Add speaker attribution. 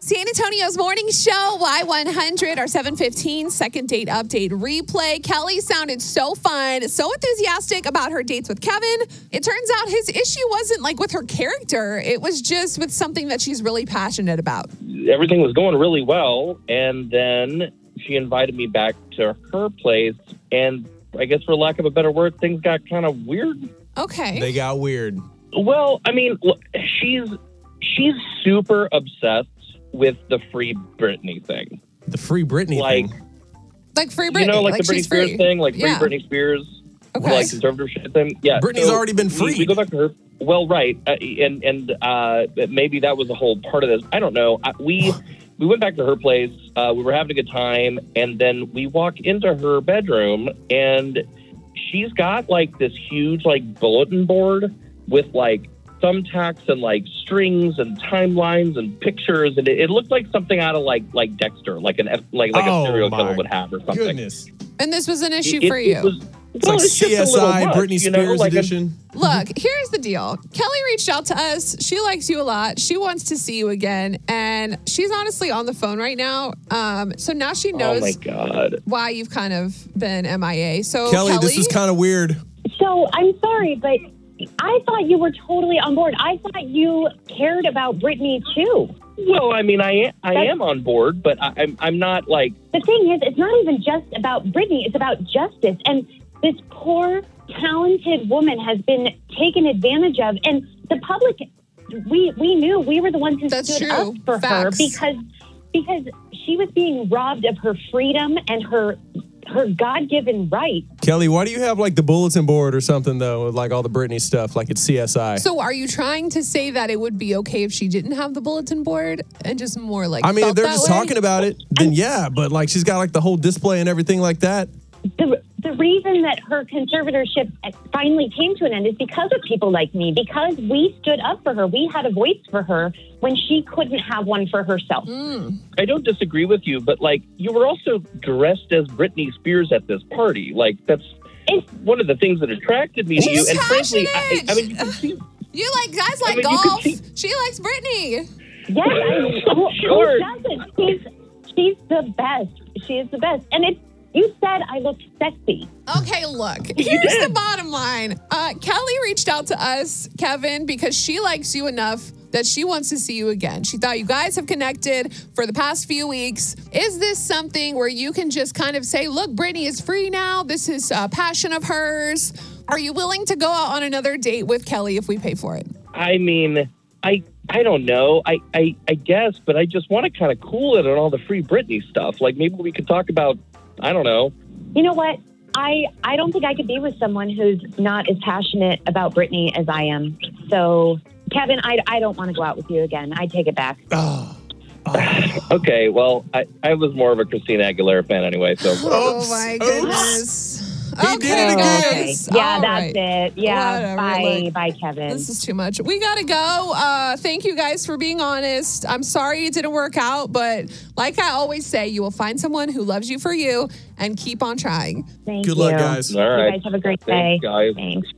Speaker 1: San Antonio's morning show, Y100, our 715 second date update replay. Kelly sounded so fun, so enthusiastic about her dates with Kevin. It turns out his issue wasn't like with her character, it was just with something that she's really passionate about.
Speaker 2: Everything was going really well. And then she invited me back to her place. And I guess, for lack of a better word, things got kind of weird.
Speaker 1: Okay.
Speaker 3: They got weird.
Speaker 2: Well, I mean, look, she's she's super obsessed with the free Britney thing.
Speaker 3: The free Britney
Speaker 2: Like,
Speaker 3: thing.
Speaker 1: like free Britney.
Speaker 2: you know, like, the Britney
Speaker 1: she's
Speaker 2: Spears
Speaker 1: free.
Speaker 2: thing, like free
Speaker 1: Yeah.
Speaker 2: Britney Spears,
Speaker 1: Okay.
Speaker 2: like conservative shit thing. Yeah,
Speaker 3: Britney's already been
Speaker 2: we- We,
Speaker 3: freed.
Speaker 2: go back to her. Well, right, uh, and and uh, maybe that was a whole part of this. I don't know. I, we we went back to her place. Uh, we were having a good time, and then we walk into her bedroom, and she's got like this huge like bulletin board with like thumbtacks and like strings and timelines and pictures, and it, it looked like something out of like like Dexter, like an F, like like
Speaker 3: Oh,
Speaker 2: a serial killer
Speaker 3: my
Speaker 2: would have or something.
Speaker 3: Goodness.
Speaker 1: and this was an issue
Speaker 2: It-
Speaker 1: for
Speaker 2: it-
Speaker 1: you.
Speaker 2: It was,
Speaker 3: It's
Speaker 2: well,
Speaker 3: like
Speaker 2: it's just a little
Speaker 3: CSI
Speaker 2: much,
Speaker 3: Britney Spears
Speaker 2: you know, like a-
Speaker 3: edition.
Speaker 1: Look, here's the deal. Kelly reached out to us. She likes you a lot. She wants to see you again. And she's honestly on the phone right now. Um, so now she
Speaker 2: oh
Speaker 1: knows
Speaker 2: my god!
Speaker 1: why you've kind of been MIA. So
Speaker 3: Kelly, this is kind of weird.
Speaker 4: So I'm sorry, but I thought you were totally on board. I thought you cared about Britney too.
Speaker 2: Well, I mean, I I am on board, but I, I'm I'm not like
Speaker 4: The thing is, it's not even just about Britney, it's about justice. And this poor, talented woman has been taken advantage of. And the public, we, we knew we were the ones who
Speaker 1: That's
Speaker 4: stood
Speaker 1: true.
Speaker 4: up for
Speaker 1: Facts.
Speaker 4: her because, because she was being robbed of her freedom and her, her God given right.
Speaker 3: Kelly, why do you have like the bulletin board or something though, with, like all the Britney stuff, like it's CSI?
Speaker 1: So are you trying to say that it would be okay if she didn't have the bulletin board and just more like
Speaker 3: I mean, if
Speaker 1: felt
Speaker 3: they're
Speaker 1: that
Speaker 3: just
Speaker 1: way?
Speaker 3: talking about it, then yeah, but like she's got like the whole display and everything like that.
Speaker 4: the, the reason that her conservatorship finally came to an end is because of people like me, because we stood up for her. We had a voice for her when she couldn't have one for herself.
Speaker 2: I don't disagree with you, but like you were also dressed as Britney Spears at this party. Like that's
Speaker 4: It's-
Speaker 2: one of the things that attracted me to you.
Speaker 1: She's
Speaker 2: And frankly, I,
Speaker 1: passionate.
Speaker 2: I mean, you can see.
Speaker 1: You like guys
Speaker 2: I
Speaker 1: like
Speaker 2: mean, you could
Speaker 1: golf.
Speaker 2: see-
Speaker 1: She likes Britney.
Speaker 4: Yes, I, who,
Speaker 2: Sure.
Speaker 4: who doesn't? She's, she's the best. She is the best. And it's, you said I looked sexy.
Speaker 1: Okay, look. Here's the bottom line. Uh, Kelly reached out to us, Kevin, because she likes you enough that she wants to see you again. She thought you guys have connected for the past few weeks. Is this something where you can just kind of say, "Look, Brittany is free now. This is a passion of hers." Are you willing to go out on another date with Kelly if we pay for it?
Speaker 2: I mean, I I don't know. I I, I guess, but I just want to kind of cool it on all the free Britney stuff. Like maybe we could talk about. I don't know.
Speaker 4: You know what? I, I don't think I could be with someone who's not as passionate about Britney as I am. So, Kevin, I, I don't want to go out with you again. I take it back.
Speaker 3: Oh,
Speaker 2: Okay, well, I, I was more of a Christina Aguilera fan anyway, so
Speaker 1: Oh,
Speaker 4: Oh
Speaker 3: Oops. Oops. He did it
Speaker 1: Okay,
Speaker 3: again.
Speaker 1: guys.
Speaker 4: Yeah,
Speaker 1: All right.
Speaker 4: that's it. Yeah,
Speaker 1: Whatever,
Speaker 4: bye,
Speaker 1: like-
Speaker 4: bye, Kevin.
Speaker 1: This is too much. We gotta go. Uh, thank you guys for being honest. I'm sorry it didn't work out, but like I always say, you will find someone who loves you for you and keep on trying.
Speaker 4: Thank
Speaker 3: good luck,
Speaker 4: you.
Speaker 3: guys.
Speaker 2: all
Speaker 4: You
Speaker 2: right.
Speaker 4: guys have a great day.
Speaker 2: Thanks, guys.
Speaker 4: Thanks.